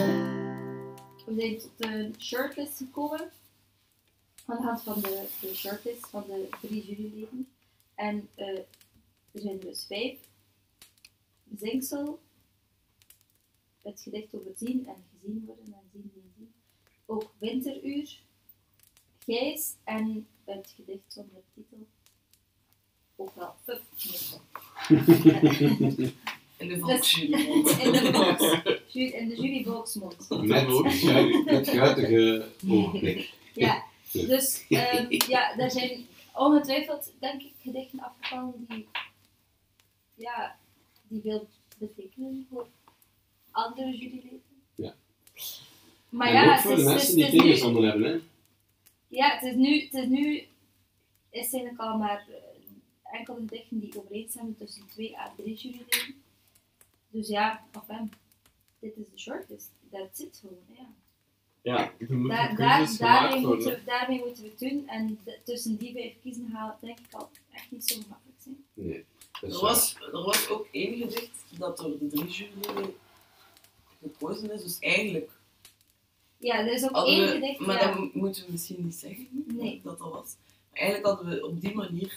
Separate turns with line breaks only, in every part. We zijn tot de shortlist gekomen. Aan de hand van de, de shortlist van de drie juryleden. En eh, er zijn dus vijf. Zingsel. Het gedicht over zien en gezien worden en zien en zien. Ook winteruur. Gijs en het gedicht zonder titel. Ook wel Pup.
In de
Dus, in
volksjury.
de box. Ju- In de jurybox mond.
Met, gui- met guitige oogblik.
Ja, dus ehm, ja, daar zijn ongetwijfeld, denk ik, gedichten afgevallen die, ja, die veel betekenen voor andere juryleden.
Ja.
Maar
en
ja,
ook voor
het is,
de
dus, het is-
mensen die
het is nu,
dingen zonder hebben. Hè?
ja, het is nu, het is nu, is eigenlijk al maar eh, enkele gedichten die overeenstemmen tussen twee à drie juryleden. Dus ja, of hem. Dit is de shortlist. Dat zit gewoon, ja.
Ja, er moeten
Daar, daar,
keuzes
daarmee,
gemaakt worden.
moeten we, daarmee moeten we het doen. En de- tussen die vijf kiezen gaat denk ik al echt niet zo makkelijk zijn.
Nee. Dat is
Er
waar.
was, er was ook één gedicht dat door de drie juryleden gekozen is, dus eigenlijk...
Ja, er is ook
hadden
één
we-
gedicht.
Oh, eh, Maar
ja.
dat mo- moeten we misschien niet zeggen,
Nee.
dat dat was. Maar eigenlijk hadden we op die manier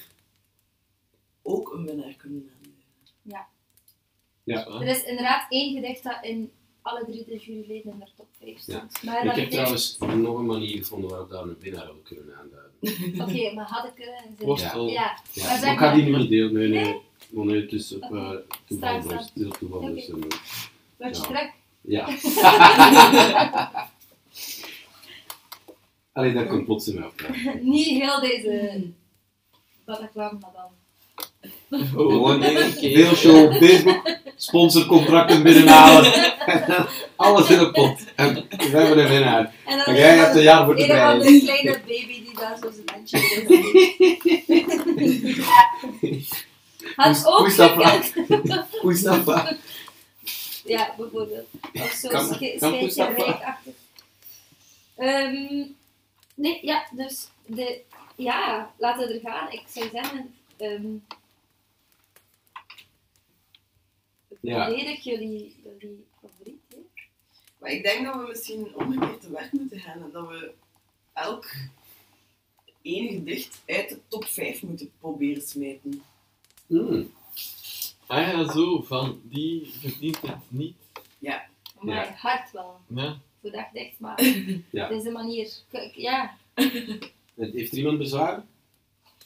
ook een winnaar kunnen aanduiden.
Ja.
Er is inderdaad één gedicht dat in alle drie de juryleden in de top 5 stond. Maar
Ik
dat
heb
betekent-
trouwens nog een manier gevonden waarop we daar een winnaar op kunnen aanduiden.
Oké, maar had ik kunnen zitten.
Worstel.
Ja,
Ja,
Maar
maar
zeg
ik ga die
maar-
niet meer delen. Nee,
Nee?
nee. Want nee, het is op eh, toeval.
Staat,
dus-
staat.
heel toeval.
Oké.
dus, eh,
word je
Ja.
druk?
Ja. Allee, dat komt plots in mij op.
niet heel deze Bataclan, maar dan.
Gewoon
één keer.
Oh, Veel show op Facebook, sponsorcontracten binnenhalen. En dan alles in een pot. En we hebben een winnaar.
En dan
En
is
jij
er
hebt een
dan
jaar voor de
een of
prijs.
andere kleine baby die daar zo zijn handje in heeft. Had ook
Hoe is dat
gekund.
Hoe is dat waar?
Ja, bijvoorbeeld. Of zo
Kan-
sche-
kan
scheidje
Poesapa?
rijkachtig. Ehm, nee, ja, dus de, ja, laten we er gaan. Ik zou zeggen, ehm
Ja.
volledig jullie, jullie favoriet. hè.
Maar ik denk dat we misschien omgekeerd te werk moeten gaan en dat we elk één gedicht uit de top 5 moeten proberen smijten.
Hmm.
Ah ja, zo, van die verdient het niet.
Maar
Ja.
mijn hart wel.
Ja.
Voor dag dicht, maar
Ja.
deze manier. k- k- Ja,
Het- Heeft er iemand bezwaar?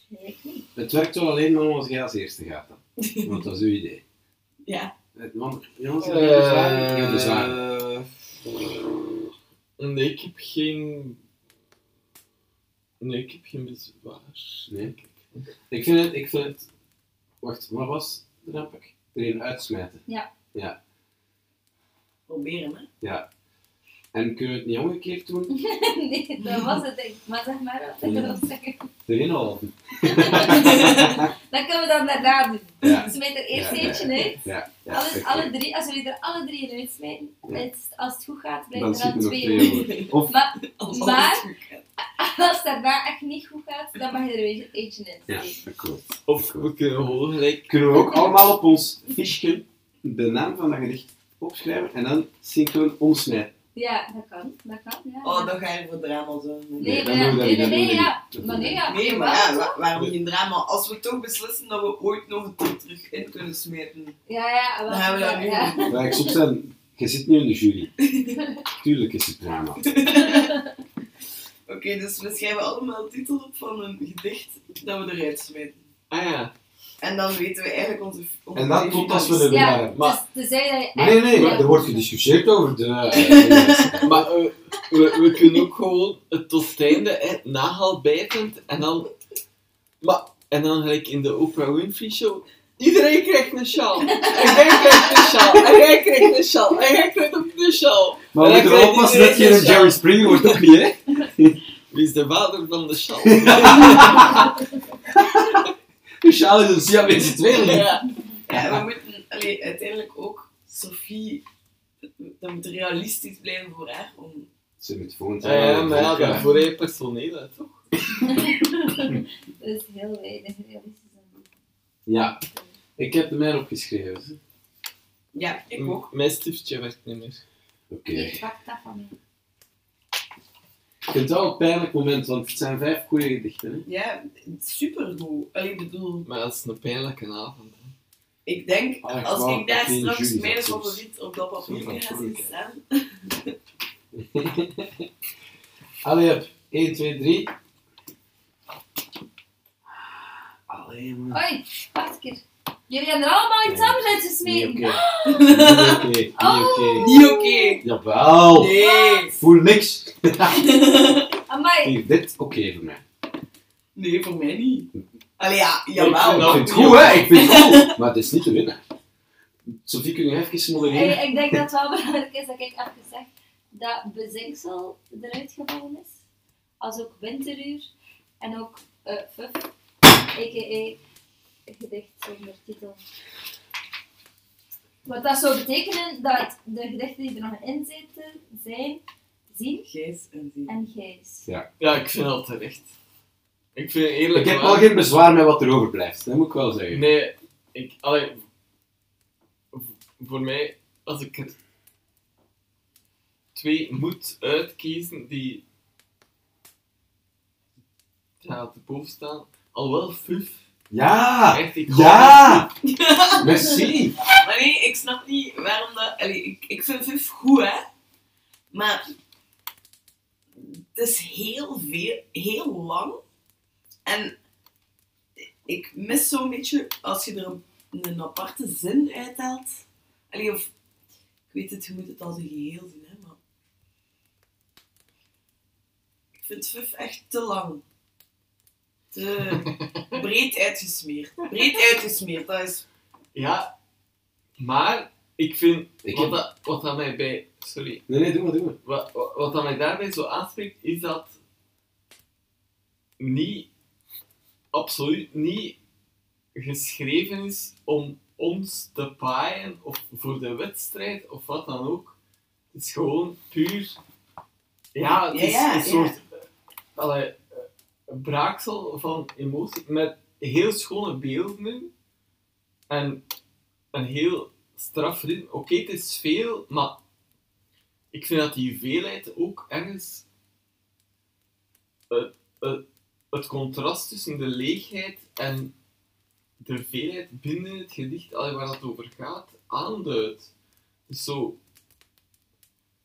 nee, ik niet.
Het werkt wel alleen maar als jij als eerste gaat dan. Want dat is uw idee.
Ja.
Het- Want, jongens, heb je bezwaar? Geen bezwaar.
nee, ik heb geen... Nee, ik heb geen bezwaar.
Nee. Ik vind het, ik vind het... Wacht, wat was de nampak? Er een uitsmijten.
Proberen, hè?
En kunnen we het niet omgekeerd doen?
nee, dat was het denk ik. Maar zeg maar wat ik wil zeggen.
Er een al.
Dan kunnen we dat daarna doen.
Ja.
Ze smijt er eerst
Ja, ja,
eentje uit.
Ja. ja,
Alle,
oké.
alle drie, als jullie er alle drie in uitsmijten,
Ja.
het- als het goed gaat,
Dan
blijven er dan
schieten er
twee
twee
over.
Of-
Maar
Als
Maar-
alles goed gaat.
als het daarna echt niet goed gaat, dan mag je er weer eentje in.
Ja, cool.
Of we kunnen gewoon gelijk...
Kunnen we ook allemaal op ons fiche de naam van dat gedicht opschrijven en dan synchroon omsnijden?
Ja, dat kan. Dat kan, ja.
Oh, dan ga je voor drama zo.
nee, maar
dan
ja,
doen we dat
nee, nee,
niet, dan
nee,
doen we
ja.
dat niet.
Maar nee, ja.
Nee, maar
wel.
ja, wa- waarom geen drama? Als we toch beslissen dat we ooit nog een keer terug in kunnen smijten,
Ja, ja, wel.
dan gaan we dat nu
ja.
doen.
Waar ik soms zeggen, je zit nu in de jury. Tuurlijk is het drama.
Oké, dus we schrijven allemaal de titel op van een gedicht dat we eruit smijten.
Ah ja.
En dan weten we eigenlijk onze... onze
En dan tot als we de winnaar
Ja,
hebben.
maar-
dus tenzij dat je
Maar nee,
echt-
nee,
ja.
er wordt gediscussieerd over de... eh,
Maar eh, we, we kunnen ook gewoon het tot het einde, eh, nagelbijtend, en dan... Maar, en dan gelijk in de Oprah Winfrey Show... Iedereen krijgt een sjaal. En jij krijgt een sjaal. En jij krijgt een sjaal. En jij krijgt ook een sjaal.
maar we moeten wel oppassen dat je een Jerry Springer wordt, ook niet, hè?
Wie is de vader van de sjaal?
De sjaal Dus is een Siamese tweeling.
Ja.
Ja, we moeten allee, uiteindelijk ook Sophie, dat moet realistisch blijven voor haar. Om...
Ze moet volgend
Ja, ja, Eh, maar ja,
jaar...
daarvoor heb je personeel, hè, toch?
Dat is heel weinig realistisch.
Ja, ik heb de mijne opgeschreven.
Ja,
Mm.
ik ook.
Mijn stiftje werkt niet meer.
Oké.
Ik pak dat van mij.
Ik vind het wel een pijnlijk moment, want het zijn vijf goede gedichten. Hè?
Ja, supergoed. Allee, ik bedoel,
Maar dat is een pijnlijke avond. hè.
ik denk,
Ah, ik
als
wou
ik daar
dat die
straks
jury
mijn
zat,
favoriet op dat papier
Sorry,
ga
sorry.
zien staan,
Allee, heb. 1, 2, 3. Allee, man.
Oei, wacht een keer. Jullie hebben er allemaal iets
Nee.
anders uit
Niet
gesmeten.
oké. Niet oké. Niet
Oh.
oké.
niet oké.
Jawel.
Nee.
Voel niks.
Amai.
Hier, dit oké voor mij.
Nee, voor mij niet. Allee, ja,
vind
ik
jawel.
vind het goed, hè? Ik vind het goed. Maar het is niet te winnen. Sophie, kun je even modereren?
Hey, ik denk dat het wel belangrijk is dat ik even zeg dat bezinksel eruit gevallen is. Als ook winteruur en ook eh fuf, a.k.a. gedicht zonder titel. Wat dat zou betekenen dat de gedichten die er nog in zitten zijn zien
Gijs en die.
en gijs.
Ja, ik vind dat terecht. Ik vind eerlijk
Ik heb
waar-
wel geen bezwaar met wat er overblijft. Dat moet ik wel zeggen.
Nee, ik, allee, v- voor mij, als ik er twee moet uitkiezen die ja, te boven staan, alhoewel Fuf,
Ja!
echt, ik hou van
Ja! Merci!
Maar nee, ik snap niet waarom dat... Allee, ik, ik vind Vuf goed, hè. Maar... Het is heel veel... Heel lang. En... Ik mis zo'n beetje als je er een, een aparte zin uithaalt. Allee, of... Ik weet het, je moet het als een geheel zien, hè. Maar... Ik vind Vuf echt te lang. Te breed uitgesmeerd. Breed uitgesmeerd, dat is...
Fuf. Ja, maar ik vind,
Ik
wat,
heb-
dat, wat dat mij bij, sorry,
Nee, nee, doe maar, doe maar.
wat, wat wat dat mij daarbij zo aanspreekt, is dat niet, absoluut niet geschreven is om ons te paaien of voor de wedstrijd of wat dan ook. Het is gewoon puur, ja, het
Ja,
is
ja,
een
ja.
soort eh, allee, eh, een braaksel van emotie met heel schone beelden in en een heel straf ritme. Oké, het is veel, maar ik vind dat die veelheid ook ergens het, het, het contrast tussen de leegheid en de veelheid binnen het gedicht, allee, waar dat over gaat, aanduidt. Dus zo,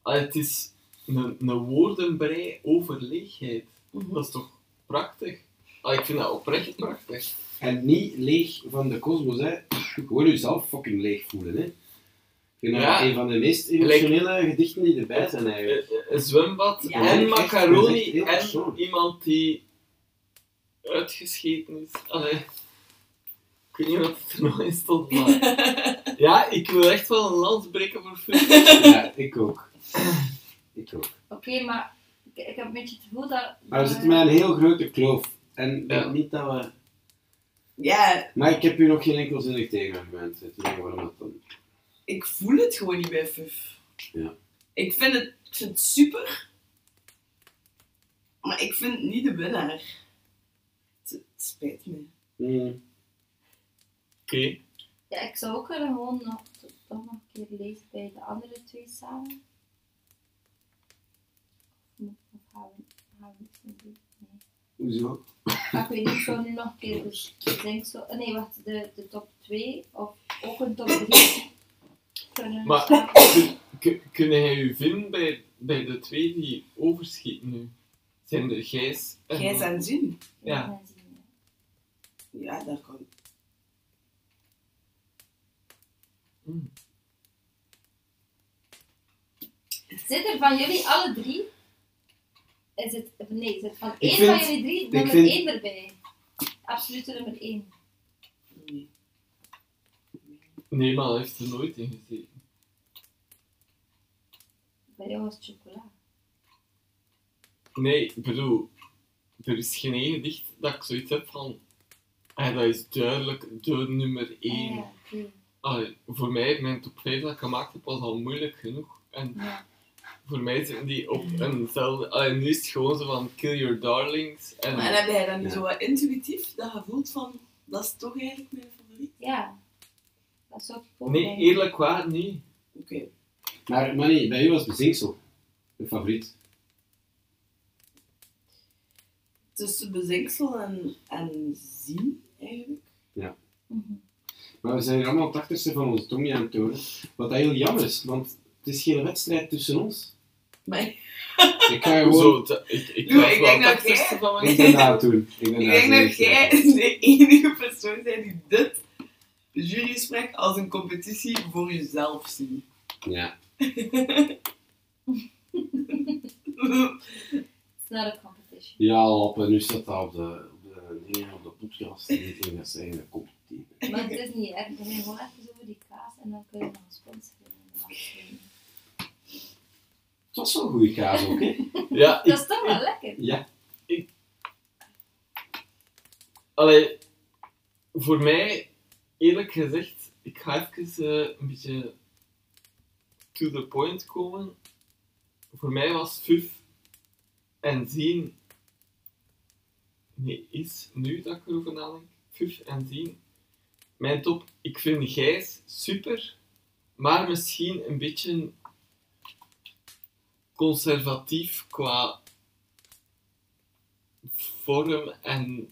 allee, het is een, een woordenbrei over leegheid. Dat is toch prachtig? Allee, ik vind dat oprecht prachtig.
En niet leeg van de kosmos, hè. Gewoon jezelf fucking leeg voelen, hè. Ik vind dat
Ja.
een van de meest emotionele gedichten die erbij zijn, eigenlijk.
Eh, eh, Een zwembad
Ja,
en
echt, dat is echt
macaroni
heel
en
persoonlijk.
iemand die uitgescheten is. Allee, ik weet niet wat het er nog in stond, maar... ja, ik wil echt wel een lans breken voor Fuf.
Ja, ik ook. Ik ook.
Oké, maar ik, ik heb een beetje het gevoel dat...
Maar we zitten met een heel grote kloof. En ik denk
Ja.
niet dat we...
Ja,
Maar ik heb u nog geen enkel zinnig tegenargument. Ik weet niet waarom dat dan...
ik voel het gewoon niet bij Fuf.
Ja.
Ik vind het, ik vind het super, maar ik vind het niet de winnaar. Het, het spijt me.
Hmm.
Oké,
Ja, ik zou ook willen gewoon nog, toch nog een keer lezen bij de andere twee samen. Of gaan we, gaan we iets meer doen? Nee.
Hoezo?
Maar ik weet niet, ik zou nu nog een keer dus, ik denk zo, nee wacht, de, de top 2 of ook een top 3 kunnen
Maar-
maken.
Kun- kun- kunnen jij u vinden bij, bij de twee die overschieten nu? Zijn er Gijs en...
Gijs en Jean?
Ja.
En zien,
Ja, daar kan ik.
ja. Zit er van jullie alle drie? Is het, of nee, zit van één
vind-
van jullie drie nummer
vind-
1 erbij? Absolute nummer 1.
Nee.
Nee, maar hij heeft er nooit in gezeten.
Bij jou was het chocola.
Nee, ik bedoel, er is geen één gedicht dat ik zoiets heb van... En dat is duidelijk de nummer één.
Ah, ja, oké.
Allee, voor mij, mijn top 5 dat ik gemaakt heb, was al moeilijk genoeg. En
Ja.
voor mij zitten die op eenzelfde... Allee, nu is het gewoon zo van kill your darlings. En,
Maar heb jij dan
Ja.
zo wat intuïtief dat gevoel van, dat is toch eigenlijk mijn favoriet?
Ja. Dat zou ik ook
Nee,
denken.
eerlijk waar, niet.
Oké.
Maar Manny, bij u was bezinksel. Je favoriet.
Tussen bezinksel en, en zien, eigenlijk.
Mhm.
Maar we zijn hier allemaal tachtigste van onze tong aan het tonen. Wat dat heel jammer is, want het is geen wedstrijd tussen ons.
Maar
Ik ga gewoon...
Zo, te- ik, ik,
Doe,
was
ik
wel
denk dat
tachtigste
jij-
van
Ik
mijn...
ben daar toen. Ik ben
ik
daar
denk dat
toen. eh,
jij de enige persoon bent die dit jurygesprek als een competitie voor jezelf ziet.
Ja.
It's not a competition.
Ja, Lappe, nu staat dat op de, op de, dingen, op de podcast. En ik denk dat ze eigenlijk competitief is.
Maar het is niet erg. We zijn gewoon even over die kaas en dan kun je nog sponsoren. en dan afgeven.
Het was wel een goede kaas ook, hè?
Ja, ik,
Dat is toch wel lekker.
Ja.
allee, voor mij, eerlijk gezegd, ik ga even eh, een beetje to the point komen. Voor mij was Fuf en zien... Nee, is nu dat ik erover nadenk. Fuf en zien. Mijn top, ik vind Gijs super, maar misschien een beetje conservatief qua vorm en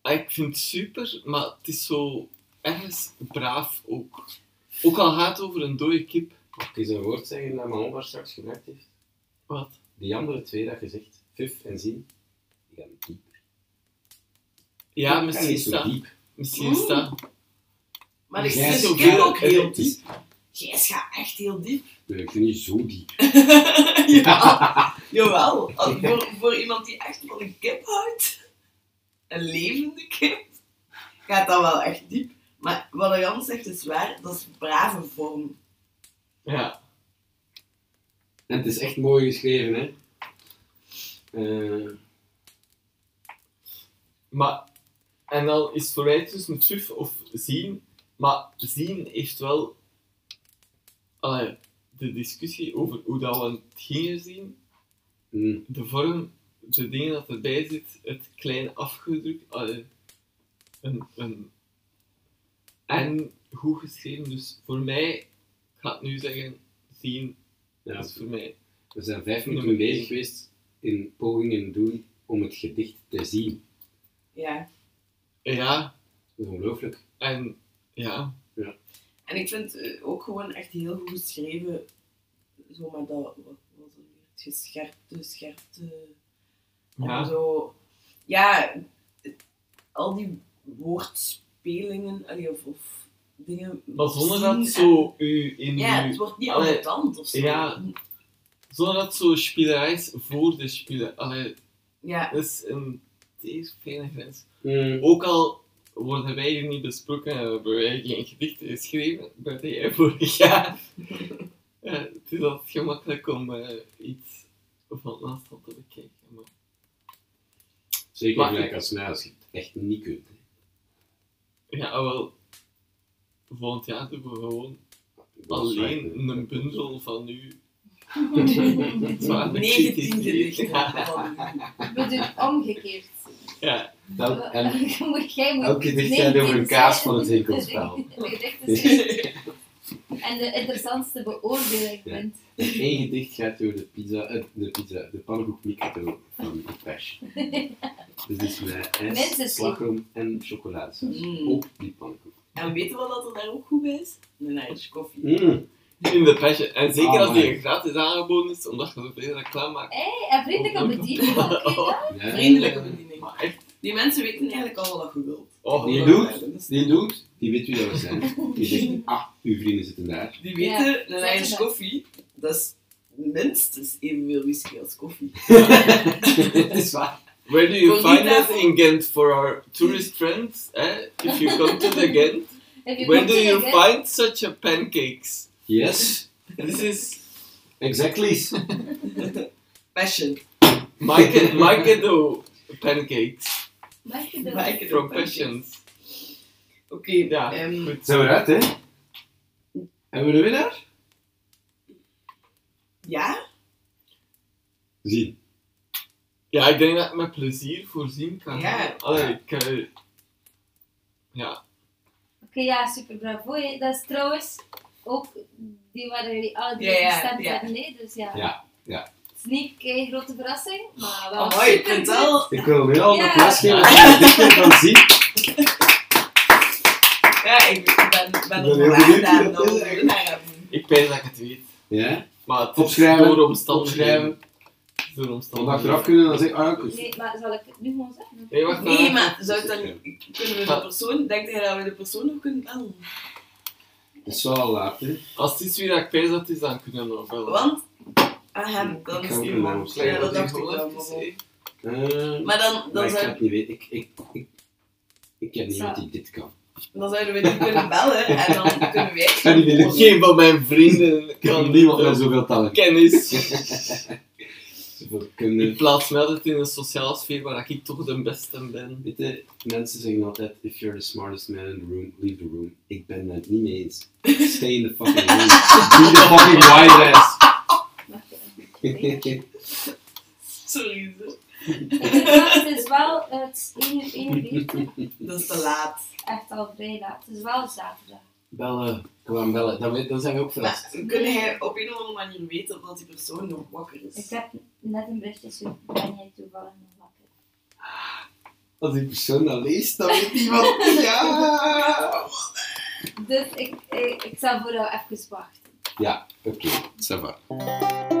Ah, ik vind het super, maar het is zo ergens braaf ook. Ook al gaat het over een dode kip.
Mag ik eens een woord zeggen dat mijn oma straks gebruikt heeft?
Wat?
Die andere twee dat gezegd, Fuf en Zien, die gaan diep.
Ja,
Dat
misschien
niet
is
zo
dat.
diep.
Misschien is dat.
maar ik
Jij
vind
is
de
ook
kip
heel-
ook heel
het
diep.
is-
Gijs gaat echt heel diep.
Nee, ik vind niet zo diep.
jawel, jawel. Als- voor, voor iemand die echt van een kip houdt, een levende kip, gaat dat wel echt diep. Maar wat Jan zegt is waar, dat is brave vorm.
Ja.
En het is echt mooi geschreven, hè? Eh,
Maar, en dan is het voor mij tussen suf of zien. Maar zien heeft wel allee, de discussie over hoe dat we het gingen zien.
mm,
De vorm, de dingen dat erbij zit, het klein afgedrukt. allee, een, een, en goed geschreven. Dus voor mij, ik ga het nu zeggen, zien
ja,
is voor mij.
we zijn vijf minuten bezig geweest in pogingen doen om het gedicht te zien.
Ja.
Ja,
Dat is ongelooflijk.
en ja.
En ik vind eh, ook gewoon echt heel goed geschreven, zo met dat, wat was het weer, het gescherpte, scherpte... En
ja.
zo, ja, het- al die woordspelingen, allee, of, of dingen.
Maar zonder dat
zien
het zo u in
Ja,
uw-
het wordt niet
Allee,
ambetant of zo.
ja. Zonder dat het zo spielerij is voor de speler. Allee,
Ja,
dat is een zeer fijne grens.
Mm.
Ook al worden wij hier niet besproken en hebben wij geen gedichten geschreven, dat jij vorig jaar. Ja, het is altijd gemakkelijk om eh, iets van het afstand te bekijken. Maar...
Zeker
Maar-
gelijk als mij, als je het echt niet kunt. hè.
Ja, wel. Volgend jaar doen we gewoon
Dat is
alleen
waar.
een bundel van nu.
negentien gedichten.
Ik bedoel omgekeerd.
Ja,
Dan- en
Jij moet
elk gedicht gaat over een kaas van
19
het winkelspel.
gedichten zijn- En de interessantste beoordeling
Ja.
bent.
Eén gedicht gaat door de pizza, eh, de pizza, de pannenkoek micro van de pers. Dus dit is met
Mensen
ijs, slagroom en chocoladesaus.
Mm.
Oh.
Ook die pannenkoek.
En weten we dat er daar ook goed bij is? Een ijsje koffie.
Mm.
in de passion. En zeker als die
Amai.
gratis aangeboden is, omdat je zoveel reclame maakt.
Hé, en vriendelijke bediening. oké, dan.
Ja.
Vriendelijke bediening.
Maar echt,
Die mensen weten eigenlijk al wat je wilt.
oh,
Die
dat-
doet-
Dat is-
Die doet, die weet wie dat we zijn. Die zegt, ah, uw vrienden zitten daar.
Die
Ja,
weten, een
zetten
ijsje
dat.
koffie, dat is minstens evenveel whisky als koffie.
Dat is waar.
Where do you
Voor
find
die
us in Ghent for our
Mm.
tourist friends? Eh? If you come to the Ghent,
Heb je
where do you
continu-
find such a pancakes?
Yes,
This is
exactly.
Passion.
Mike Mikedo pancakes
Mag je dat?
Like it
from
or punch it.
Passions.
Oké,
Ja,
ehm,
goed.
Zijn we eruit, hè? Hebben we de winnaar?
ja?
Zien.
Ja, ik denk dat ik met plezier voorzien kan.
Ja.
Allee, ik, eh, ja.
Oké, ja, super bravo. hè. Dat is trouwens ook, die waren jullie alle drie
Ja, ja,
gestemd
ja.
hebben, hè. Dus ja.
Ja, ja.
Het is niet een grote verrassing, maar wel
Oh, mooi,
supergoed.
punt al.
Ik wil nu al een
Ja.
applaus geven als je dit keer kan zien.
Ja, ik ben, ben
heel
er
benieuwd
vandaag
wie
aan
dat
dat
is,
we
eigenlijk.
een winnaar hebben.
Ik weet dat ik het weet.
Ja?
Maar het is
Opschrijven,
door omstandigheden.
opschrijven.
Door
Want
omstandigheden.
achteraf kunnen we dan zeggen, ah, ja, goed.
Nee, maar zal ik het nu gewoon zeggen?
Nee, wacht eh,
Nee,
maar.
maar zou het dan kunnen we de persoon, denk jij dat we de persoon nog kunnen bellen?
Het is wel al laat, hè.
Als het is wie dat ik pijs dat het is, dan kunnen we nog wel.
Want aan hem kan
Ik
het
ga ook
niet
een naam
meer.
opschrijven.
Ja, dat dacht ik
gewoon
wel.
even
maar-
zeggen.
Eh,
Maar dan,
maar
dan,
ik
zou,
ga het niet weten. Ik, ik, ik, ik heb niemand die dit kan.
dan zouden we die kunnen bellen en dan kunnen wij.
En die wil ik
Geen van mijn vrienden
Ik heb
kan
niemand
dit,
met
eh,
zoveel talent.
kennis.
Zoveel
Ik
kunnen.
plaats me altijd in een sociale sfeer waar ik toch de beste ben.
Weet je, mensen zeggen altijd, if you're the smartest man in the room, leave the room. Ik ben daar niet mee eens. Stay in the fucking room. Be the fucking wise ass.
Mag je dat niet? Nee.
Sorry, zo.
Het is wel- Het is wel het 1 uur 41,
dat is te laat.
echt al vrij laat. Het is wel zaterdag.
bellen. Gewoon bellen. Dan, weet- dan zijn we ook
Maar
verrast.
kun jij op een of andere manier weten of dat die persoon nog wakker
Ik
is?
heb net een berichtje gestuurd, ben jij toevallig nog wakker?
Als die persoon dat leest, dan weet iemand. Ja!
e, Dus ik, ik, ik zal voor jou even wachten.
Ja, oké. Ça va.